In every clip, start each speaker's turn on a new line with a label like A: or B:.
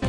A: 蘭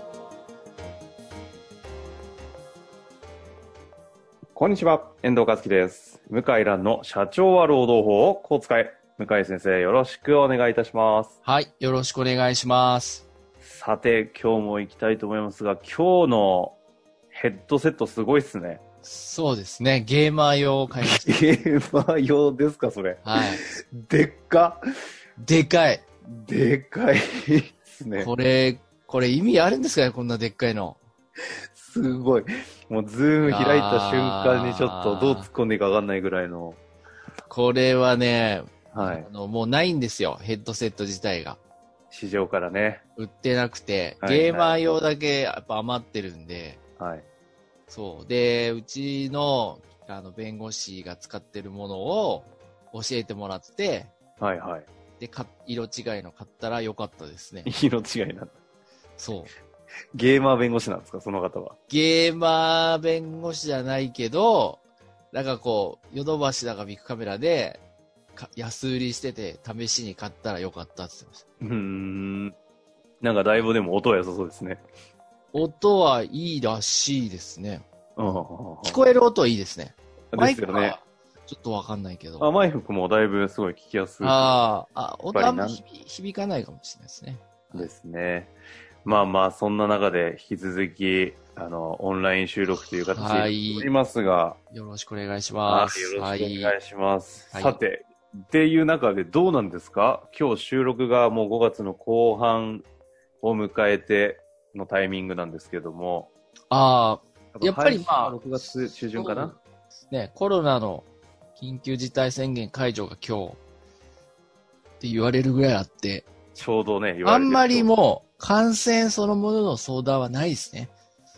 B: こんにちは、遠藤和樹です。向井蘭の社長は労働法をこう使え。向井先生、よろしくお願いいたします。
C: はい、よろしくお願いします。
B: さて、今日も行きたいと思いますが、今日のヘッドセットすごいっすね。
C: そうですね、ゲーマー用を買いまし
B: ゲーマー用ですか、それ。
C: た。はい。
B: でっか。
C: でかい。
B: でかいっすね。
C: これ、これ意味あるんですかね、こんなでっかいの。
B: すごい。もう、ズーム開いた瞬間にちょっとどう突っ込んでいいかわかんないぐらいの。
C: これはね、
B: はい
C: あ。の、もうないんですよ、ヘッドセット自体が。
B: 市場からね。
C: 売ってなくて、
B: はい
C: ゲーマー用だけやっぱ余ってるんで、
B: はい。
C: そう。で、うちの、あの、弁護士が使ってるものを教えてもらって、
B: はいはい。。
C: で、か色違いの買ったら良かったですね
B: 色違いな。
C: そう。
B: ゲーマー弁護士なんですか、その方は。
C: ゲーマー弁護士じゃないけど、なんかこう、ヨドバシだかビッグカメラで、か安売りしてて、試しに買ったらよかったって言ってました。
B: うーん。なんかだいぶでも音は良さそうですね。
C: 音はいいらしいですね。
B: うん。
C: 聞こえる音はいいですね。マ
B: で
C: イ
B: す
C: ク
B: よ
C: は
B: ね。
C: ちょっとわかんないけど。
B: あ、マイクもだいぶすごい聞きやすい
C: あーあ、音あんま響響かないかもしれないですね。
B: ですね。まあまあ、そんな中で引き続き、あの、オンライン収録という形でやっておりますが、
C: よろしくお願いし
B: は
C: ま
B: い
C: す。
B: よろしくお願いします。
C: はい
B: さて、っていう中でどうなんですか今日収録がもう5月の後半を迎えてのタイミングなんですけども、
C: ああ、やっぱりまあ
B: 6月中旬かな
C: ね、コロナの緊急事態宣言解除が今日って言われるぐらいあって、
B: ちょうどね、言わ
C: あ
B: れてる
C: んまりもう感染そのものの相談はないですね。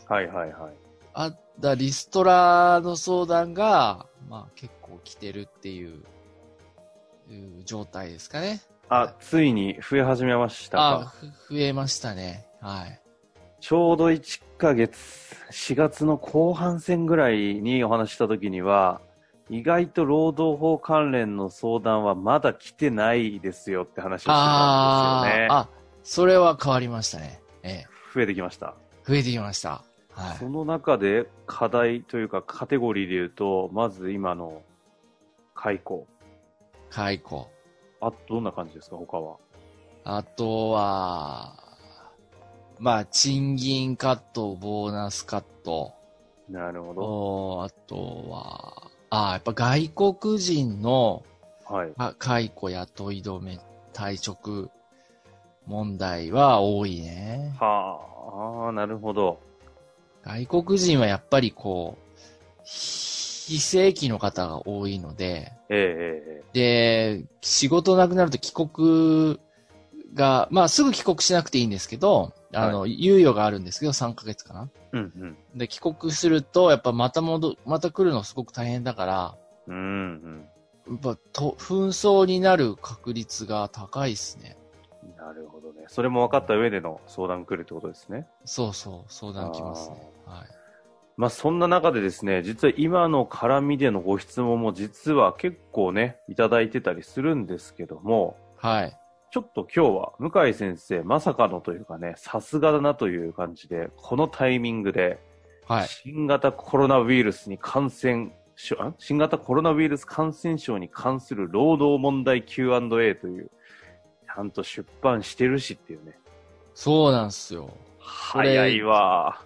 B: はいはいはい。
C: あったリストラの相談が、まあ結構来てるっていう、いう状態ですかね。
B: あ、ついに増え始めました
C: あ
B: か。
C: ふ増えましたね。はい。
B: ちょうど1ヶ月、4月の後半戦ぐらいにお話しした時には、意外と労働法関連の相談はまだ来てないですよって話をしてたん
C: あ
B: ですよね。
C: あ、あ、それは変わりましたね。ええ、
B: 増えてきました。
C: 増えてきました。はい
B: そ。の中で課題というかカテゴリーで言うと、まず今の解雇。
C: 解雇。
B: あとどんな感じですか、他は。
C: あとは、まあ、賃金カット、ボーナスカット。
B: なるほ
C: おあとは、あやっぱ外国人の
B: ど。はい。
C: あ解雇雇い止め退職問題は多いね。
B: はあ、なるほど。
C: 外国人はやっぱりこう、非正規の方が多いので、
B: えええええ
C: で、仕事なくなると帰国が、まあすぐ帰国しなくていいんですけど、あの、猶予があるんですけど、3ヶ月かな。
B: え。うんうん。
C: で、帰国すると、やっぱまた戻、また来るのすごく大変だから、
B: うんうん。
C: やっぱと紛争になる確率が高いですね。
B: なるほどね。それも分かった上での相談来るってことですね。
C: そうそう、相談来ますね。はい、
B: まあそんな中でですね、実は今の絡みでのご質問も実は結構ね、いただいてたりするんですけども、
C: はい。
B: ちょっと今日は向井先生、まさかのというかね、さすがだなという感じで、このタイミングで、
C: はい。
B: 新型コロナウイルスに感染症、あ新型コロナウイルス感染症に関する労働問題 Q&A という、ちゃんと出版してるしっていうね。
C: そうなんですよ。れ
B: 早いわ。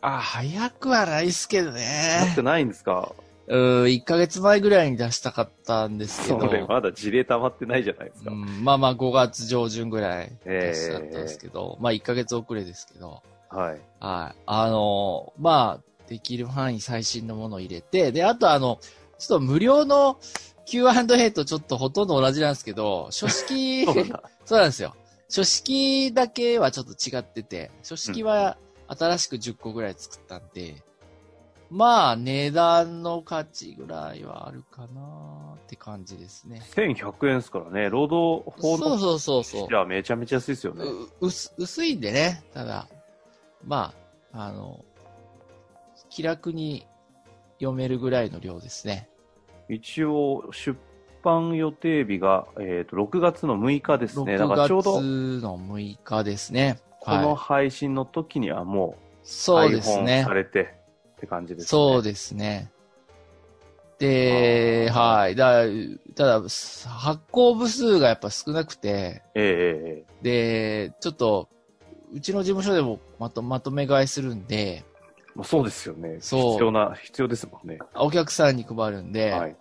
C: あ、早くはないっすけど
B: なっ
C: ね
B: て。ないんですか
C: うん、1ヶ月前ぐらいに出したかったんですけ
B: そ
C: ど。
B: れまだ事例溜まってないじゃないです
C: う
B: か。
C: ん、まあまあ5月上旬ぐらい出したんですけど、まあ1ヶ月遅れですけど、
B: はい。
C: はい。あのーまあ、できる範囲最新のものを入れて、で、あとあの、ちょっと無料の Q&A とちょっとほとんど同じなんですけど、書式、
B: そうだ。
C: そうなんですよ。書式だけはちょっと違ってて、書式は新しく10個ぐらい作ったんで、まあ、値段の価値ぐらいはあるかなって感じですね。
B: 1100円ですからね、労働法
C: そう
B: の
C: そうそうそ
B: じ
C: う。
B: ゃめちゃめちゃ安いですよね。
C: う薄薄いんでね、ただ、まあ、あの、気楽に読めるぐらいの量ですね。
B: 一応、出版予定日が、えー、と6月の6日ですね。だ
C: 6
B: からちょうど
C: 月の6日ですね。
B: この
C: はい、
B: 配信の時にはもう、
C: そうですね
B: iPhone さ。れてって感じですね。
C: そうですね。で、
B: あー
C: はい。だただ、す発行部数がやっぱ少なくて、
B: えええええ
C: で、ちょっと、うちの事務所でもまとまとめ買いするん
B: え
C: で、
B: まあ、そうですよね。必
C: そう
B: 要な、必要ですもんね。
C: お客さんに配るんで、
B: はい。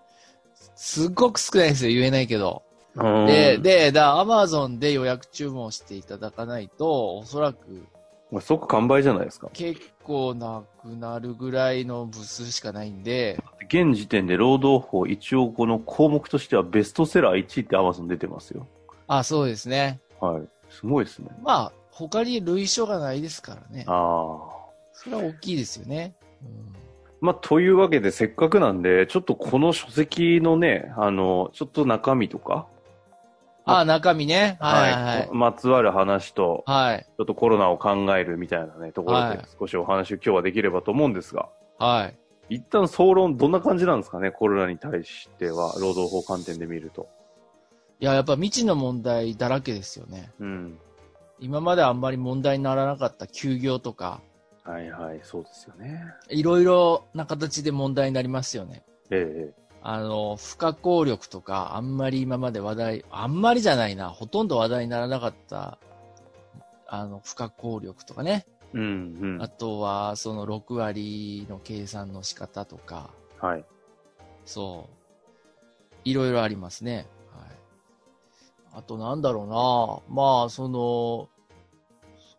C: すっごく少ないんですよ、言えないけど。
B: うん
C: で、、で、だ、アマゾンで予約注文していただかないと、おそらく
B: まあ即完売じゃないですか。
C: 結構なくなるぐらいの部数しかないんで、
B: 現時点で労働法一応この項目としてはベストセラー1位って Amazon 出てますよ。
C: あ、そうですね。
B: はい。すごいですね。
C: まあ、他に類書がないですからね。
B: ああ。
C: それは大きいですよね。うん
B: まあ、というわけで、せっかくなんで、ちょっとこの書籍のね、あの、ちょっと中身とか、
C: あ、中身ね。はいはいはい。
B: まつわる話と、
C: はい。
B: ちょっとコロナを考えるみたいなね、ところ
C: はい
B: で少しお話を今日はできればと思うんですが、
C: はい。
B: 一旦総論、どんな感じなんですかね、コロナに対しては、労働法観点で見ると。
C: いや、やっぱ未知の問題だらけですよね。
B: うん。
C: 今まであんまり問題にならなかった休業とか、
B: はいはい、そうですよね。
C: いろいろな形で問題になりますよね。
B: え
C: あの、不可抗力とか、あんまり今まで話題、あんまりじゃないな、ほとんど話題にならなかった、あの、不可抗力とかね。
B: えうんうん。
C: あとは、その6割の計算の仕方とか、
B: はい。
C: そう。いろいろありますね。はい。あとなんだろうなまあ、その、そ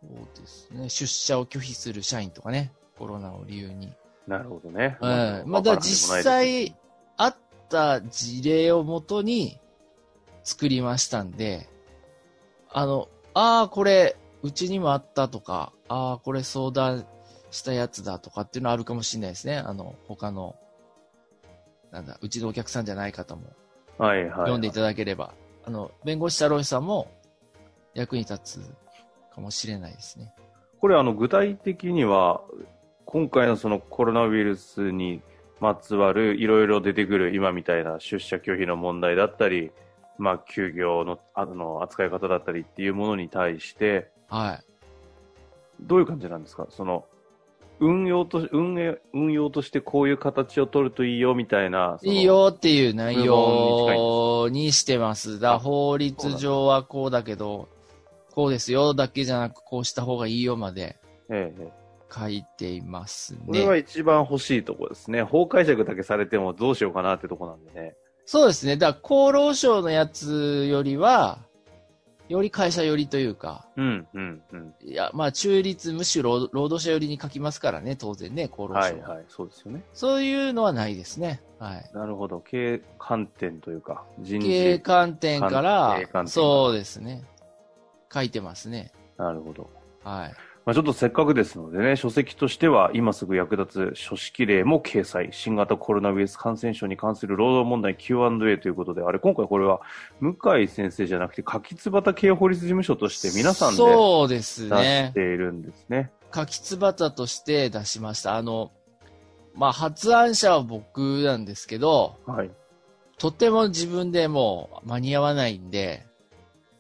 C: うですね。出社を拒否する社員とかね。コロナを理由に。
B: なるほどね。
C: はい。ま
B: わからん
C: あだから
B: でも
C: 実
B: ないです
C: 際、あった事例をもとに作りましたんで、あの、ああ、これ、うちにもあったとか、ああ、これ相談したやつだとかっていうのはあるかもしれないですね。あの、他の、なんだ、うちのお客さんじゃない方も
B: はいはい。
C: 読んでいただければ、あの、弁護士太郎さんも役に立つかもしれないですね。
B: これあの具体的には今回のそのコロナウイルスにまつわるいろいろ出てくる今みたいな出社拒否の問題だったり、まあ、休業のあの扱い方だったりっていうものに対して
C: はい。
B: どういう感じなんですかその運用と運営運用としてこういう形を取るといいよみたいな。その
C: いい。よっていう内容にしてます。だ法律上はこうだけど、こうですよだけじゃなく、こうした方がいいよまで
B: ええええ
C: 書いています
B: これは
C: ね。
B: 一番欲しいとこですね。法解釈だけされてもどうしようかなってとこなんでね。
C: そうですね。だ厚労省のやつよりは、より会社寄りというか、
B: うん、うん、うん。
C: いや、まあ中立、むしろ労労働者寄りに書きますからね、当然ね、厚労省は。
B: はい、はい。そうですよね。
C: そういうのはないですね。はい。
B: なるほど。経営観点というか、人
C: 経営
B: 事。
C: 観点か、
B: 経営観点からら
C: そうですね。書いてますね。
B: なるほど。
C: はい。
B: まあ、ちょっとせっかくですのでね、書籍としては、今すぐ役立つ書式例も掲載。新型コロナウイルス感染症に関する労働問題 Q&A ということで、あれ、今回これは、向井先生じゃなくて、柿椿経営法律事務所として皆さんで
C: そうです
B: 出
C: ね
B: し。ているんですね。
C: 柿つばたとして出しました。あの、まあ、発案者は僕なんですけど、
B: はい。
C: とても自分でもう間に合わないんで、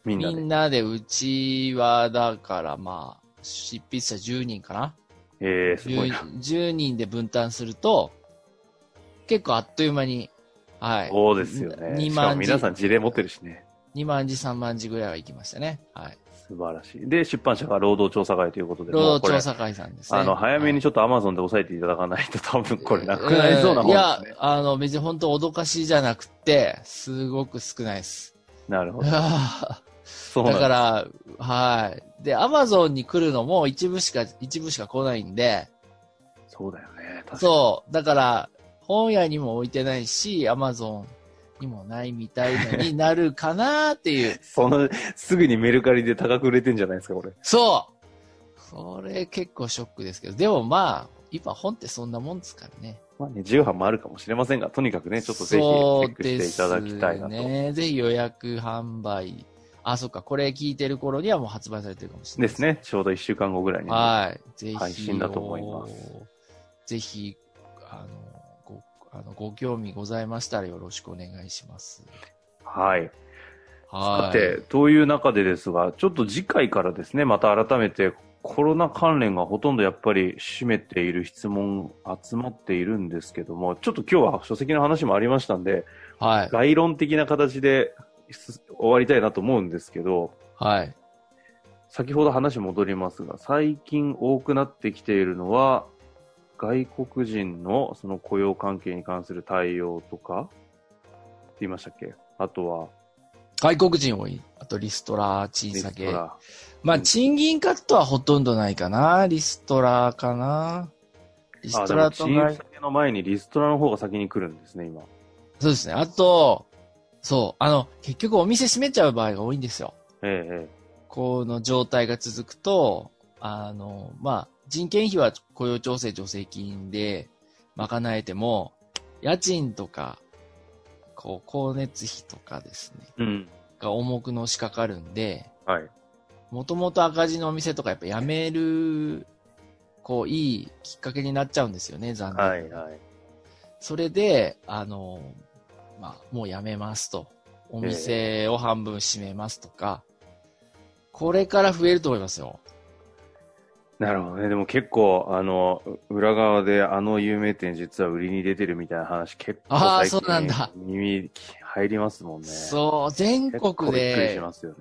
B: みんな
C: み
B: で。
C: んなでうちは、だからまあ、執筆者10人かな
B: えー、すごいな。
C: 10, 10人で分担すると、結構あっという間に、はい。
B: そうですよね。
C: に
B: し
C: 2
B: かも
C: 万字
B: 皆、さん事例持ってるしね。
C: 2万字、3万字ぐらいは行きましたね。はい。
B: 素晴らしい。で、出版社が労働調査会ということで、も
C: 労
B: うこ
C: 働
B: れ
C: 調査会さんですね。
B: あの、早め
C: はい
B: にちょっとアマゾンで押さえていただかないと多分これなくなりそうなもん
C: い
B: ですね
C: や。、あの、別に本当脅かしじゃなくて、すごく少ないです。
B: なるほど。
C: だ
B: そうなん
C: か
B: だ。
C: ら、はい。で、アマゾンに来るのも一部しか、一部しか来ないんで、
B: そうだよね。確か
C: そう。だから、本屋にも置いてないし、アマゾンにもないみたいのになるかなっていう
B: 。その、すぐにメルカリで高く売れてんじゃないですか、これ。
C: そうそれ結構ショックですけど、でもまあ、今本ってそんなもんですからね。
B: まあね、重版もあるかもしれませんが、とにかくね、ちょっとぜひチ
C: そ
B: ェ
C: う
B: ックしていただきたいなと。
C: ですね。ぜひ予約販売。あ、そっか、これ聞いてる頃にはもう発売されてるかもしれな
B: で
C: い
B: す。ね。ちょうど1週間後ぐらいに。
C: はい。ぜひ。
B: 配信だと思います。
C: ぜひ、あの、ご、あの、ご興味ございましたらよろしくお願いします。
B: はい。
C: は
B: さ
C: い。
B: て、という中でですが、ちょっと次回からですね、また改めてコロナ関連がほとんどやっぱり占めている質問集まっているんですけども、ちょっと今日は書籍の話もありましたんで、
C: はい。
B: 概論的な形で終わりたいなと思うんですけど、
C: はい。
B: 先ほど話戻りますが、最近多くなってきているのは、外国人のその雇用関係に関する対応とか、って言いましたっけあとは、
C: 外国人多い。あと、リストラ、賃
B: レ
C: 下
B: ス
C: げ
B: ト。ラ
C: まあ、賃金カットはほとんどないかな。リストラかな。リス
B: あ、
C: ト
B: で
C: ラ
B: も
C: と
B: 賃
C: 外
B: 下げの前にリストラの方が先に来るんですね、今。
C: そうですね。あと、そう、あの、結局お店閉めちゃう場合が多いんですよ。
B: ええ、え
C: この状態が続くと、あの、まあ、人件費は雇用調整助成金で賄えても、家賃とか、こう、光熱費とかですね、
B: え。うん。
C: が重くのしかかるんで、
B: はい。
C: もともと赤字のお店とかやっぱやめる、こう、いいきっかけになっちゃうんですよね、残念なが
B: は
C: ら。
B: い、はい。
C: それで、あの、まあ、もうやめますと。お店を半分閉めますとか、これから増えると思いますよ。
B: なるほどね。でも結構、あの、裏側であの有名店実は売りに出てるみたいな話結構
C: あー
B: 最近
C: そうなんだ
B: 耳入りますもんね。
C: そう、全
B: 結構
C: 国
B: びっくりし
C: で、
B: ますよね。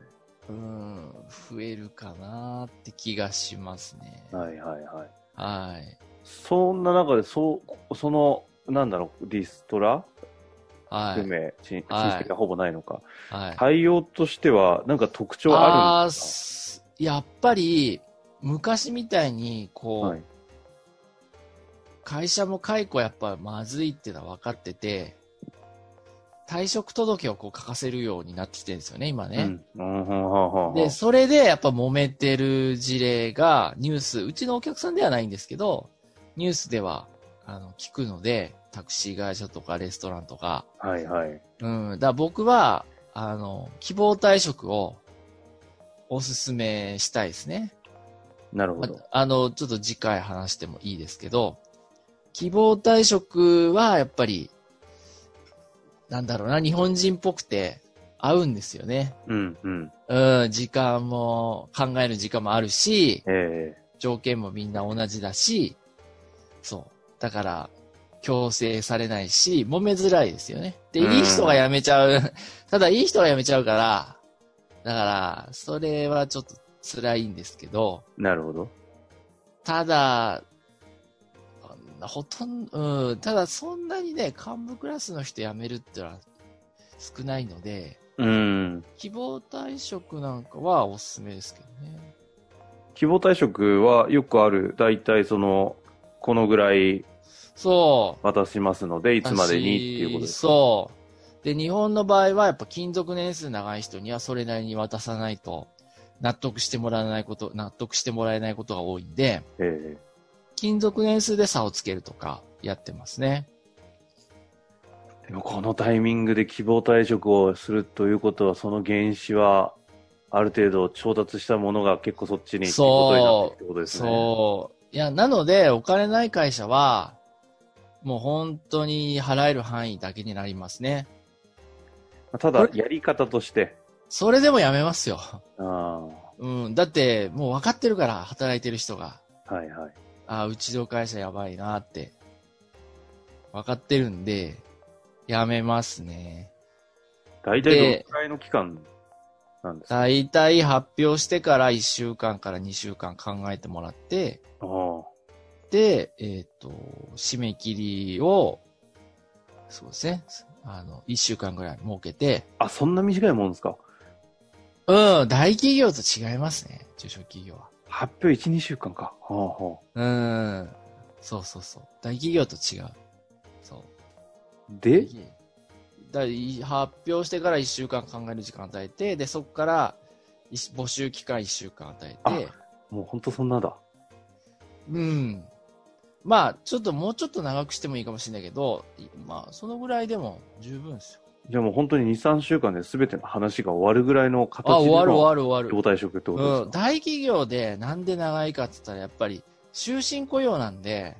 C: うん、増えるかなって気がしますね。
B: はいはいはい。
C: はい。
B: そんな中で、そう、その、なんだろう、リストラ
C: は
B: 含
C: い。
B: め、ちん
C: はい
B: 親戚がほぼないのか。
C: はい。
B: 対応としては、なんか特徴あ
C: あ
B: るん
C: ー
B: です
C: すやっぱり、昔みたいに、こ
B: か
C: う、
B: はい。
C: 会社も解雇やっぱまずいっていうのは分かってて、退職届をこう書かせるようになってきてるんですよね、今ね。
B: うん。うん、ほんほんほんほん
C: で、それでやっぱ揉めてる事例がニュース、うちのお客さんではないんですけど、ニュースではあの聞くので、タクシー会社とかレストランとか。
B: はいはい。
C: うん、だから僕は、あの、希望退職をおすすめしたいですね。
B: なるほ
C: ま
B: ど。
C: あの、ちょっと次回話してもいいですけど、希望退職はやっぱり、なんだろうな、日本人っぽくて合うんですよね。
B: うん、うん。
C: うん、時間も、考える時間もあるし、
B: え
C: 条件もみんな同じだし、そう。だから、強制されないし、揉めづらいですよね。で、
B: うん
C: いい人が辞めちゃう。 ただ、いい人が辞めちゃうから、だから、それはちょっと辛いんですけど、
B: えなるほど。
C: ただ、あほとんど、うん、ただそんなにね、幹部クラスの人辞めるってのは少ないので、
B: うん。
C: 希望退職なんかはおすすめですけどね。
B: 希望退職はよくある、だいたいその、このぐらい
C: そう。
B: 渡しますので、い
C: い
B: つまでにっていうことですか。
C: そう。で、日本の場合はやっぱ勤続年数長い人にはそれなりに渡さないと、納得してもらえないこと、納得してもらえないことが多いんで、
B: ええ
C: 勤続年数で差をつけるとかやってますね。
B: でもこのタイミングで希望退職をするということは、その原資は、ある程度調達したものが結構そっちに行くことになっていくってことですね。
C: そう。いや、なので、お金ない会社は、もう本当に払える範囲だけになりますね。
B: ただ
C: こ、
B: やり方として、
C: それでもやめますよ。
B: あ
C: うん。だって、もう分かってるから、働いてる人が。
B: あ、はいはい。
C: ああ、うちの会社やばいなって。分かってるんで、やめますね。
B: 大体ど
C: で
B: のくらいの期間なんですか
C: だいたい発表してから1週間から2週間考えてもらって、
B: ああ
C: で、えっ、と、締め切りを、そうですね。あの、一週間ぐらい設けて、
B: あ、そんな短いもんですか
C: うん、大企業と違いますね。中小企業は。
B: 発表1、2週間か。はあはあ
C: うん。そうそうそう。大企業と違う。そう。
B: で、
C: だい発表してから一週間考える時間与えて、で、そこから、いし募集期間一週間与えて、
B: もう本当そんなだ。
C: うん。まあ、ちょっともうちょっと長くしてもいいかもしれないけど、いまあ、そのぐらいでも十分ですよ。
B: じゃあもう本当に2、3週間で全ての話が終わるぐらいの形
C: あ、終
B: で
C: わる終
B: の
C: わる終わ
B: 動
C: る。
B: 体食ってこと
C: うん、
B: ですか、
C: 大企業でなんで長いかって言ったら、やっぱり終身雇用なんで、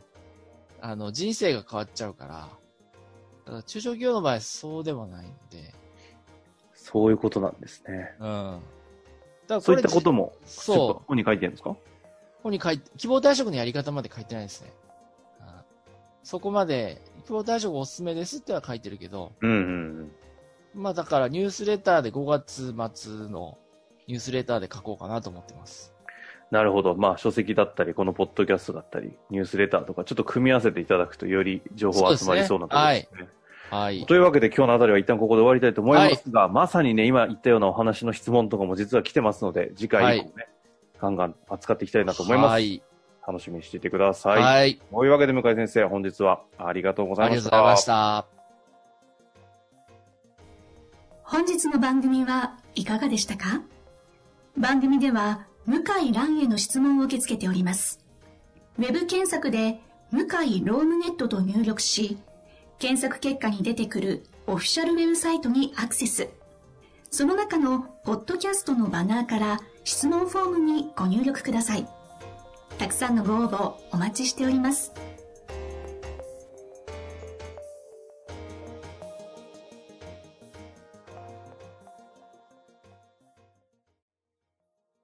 C: あの、人生が変わっちゃうから、だから中小企業の場合そうでもないんで、
B: そういうことなんですね。
C: うん。だから
B: そういったこと
C: も、
B: も、ちょっと
C: そ
B: ここに書いてるんですか
C: う、ここに書いて、希望退職のやり方まで書いてないですね。うんそこまで、希望退職おすすめですっては書いてるけど、
B: うんうん
C: まあだからニュースレターで5月末のニュースレターで書こうかなと思ってます。
B: なるほど。まあ書籍だったり、このポッドキャストだったり、ニュースレターとか、ちょっと組み合わせていただくとより情報集まりそうなところですね。
C: はい。
B: というわけで今日のあたりは一旦ここで終わりたいと思いますが、まさにね、今言ったようなお話の質問とかも実は来てますので、次回以降ね、ガンガン扱っていきたいなと思います。
C: はい。
B: 楽しみにしていてください。
C: はい。
B: というわけで向井先生、本日はありがとうござ
C: あ
B: いま
C: り
B: し
C: がとう
B: た。
C: ございました。
A: 本日の番組はいかがでしたか番組では向井蘭への質問を受け付けております。ウェブ検索で向井ロームネットと入力し、検索結果に出てくるオフィシャルウェブサイトにアクセス。その中のポッドキャストのバナーから質問フォームにご入力ください。たくさんのご応募お待ちしております。